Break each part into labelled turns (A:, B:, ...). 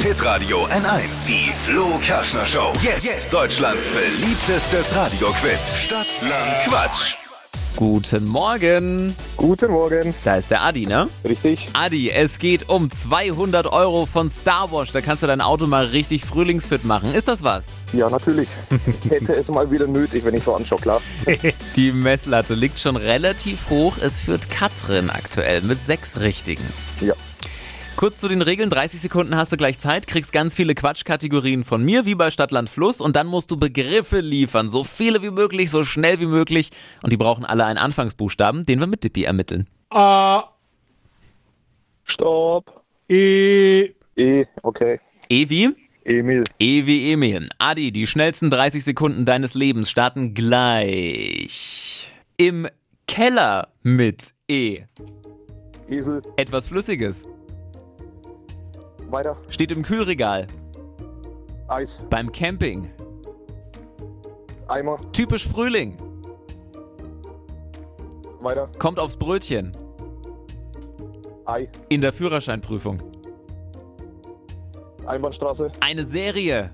A: Hitradio N1. Die Flo Kaschner Show. Jetzt. Deutschlands beliebtestes Radioquiz. Stadt, Land, Quatsch.
B: Guten Morgen,
C: Guten Morgen.
B: da ist der Adi, ne?
C: Richtig?
B: Adi, es geht um 200 Euro von Star Wars. Da kannst du dein Auto mal richtig frühlingsfit machen. Ist das was?
C: Ja, natürlich. Hätte es mal wieder nötig, wenn ich so anschaue, klar.
B: Die Messlatte liegt schon relativ hoch. Es führt Katrin aktuell mit sechs Richtigen.
C: Ja.
B: Kurz zu den Regeln, 30 Sekunden hast du gleich Zeit, kriegst ganz viele Quatschkategorien von mir, wie bei Stadtland Fluss, und dann musst du Begriffe liefern, so viele wie möglich, so schnell wie möglich, und die brauchen alle einen Anfangsbuchstaben, den wir mit Dippy ermitteln.
D: A,
C: Stopp.
D: E,
C: E, okay.
B: Evi,
C: Emil.
B: Evi Emil, Adi, die schnellsten 30 Sekunden deines Lebens starten gleich. Im Keller mit E.
C: Esel.
B: Etwas Flüssiges.
C: Weiter.
B: Steht im Kühlregal.
C: Eis.
B: Beim Camping.
C: Eimer.
B: Typisch Frühling.
C: Weiter.
B: Kommt aufs Brötchen.
C: Ei.
B: In der Führerscheinprüfung.
C: Einbahnstraße.
B: Eine Serie.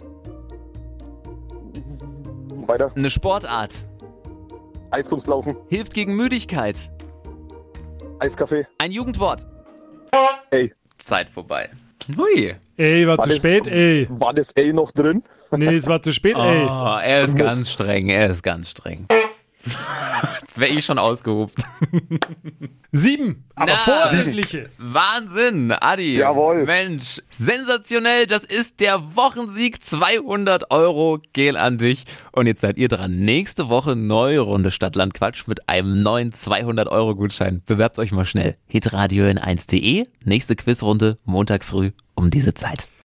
C: Weiter.
B: Eine Sportart.
C: Eiskunstlaufen.
B: Hilft gegen Müdigkeit.
C: Eiskaffee.
B: Ein Jugendwort.
C: Ey.
B: Zeit vorbei. Hui.
D: ey, war zu
C: das-
D: spät, ey.
C: War das Ey noch drin?
D: Nee, es war zu spät, ey.
B: Oh, er ist
C: Mist.
B: ganz streng, er ist ganz streng. Jetzt wäre ich schon ausgehobt.
D: Sieben, aber
B: Na.
D: vorbildliche.
B: Wahnsinn, Adi.
C: Jawohl.
B: Mensch, sensationell. Das ist der Wochensieg. 200 Euro gehen an dich. Und jetzt seid ihr dran. Nächste Woche neue Runde Stadtland Quatsch mit einem neuen 200 Euro Gutschein. Bewerbt euch mal schnell. Hitradio in 1.de. Nächste Quizrunde Montag früh um diese Zeit.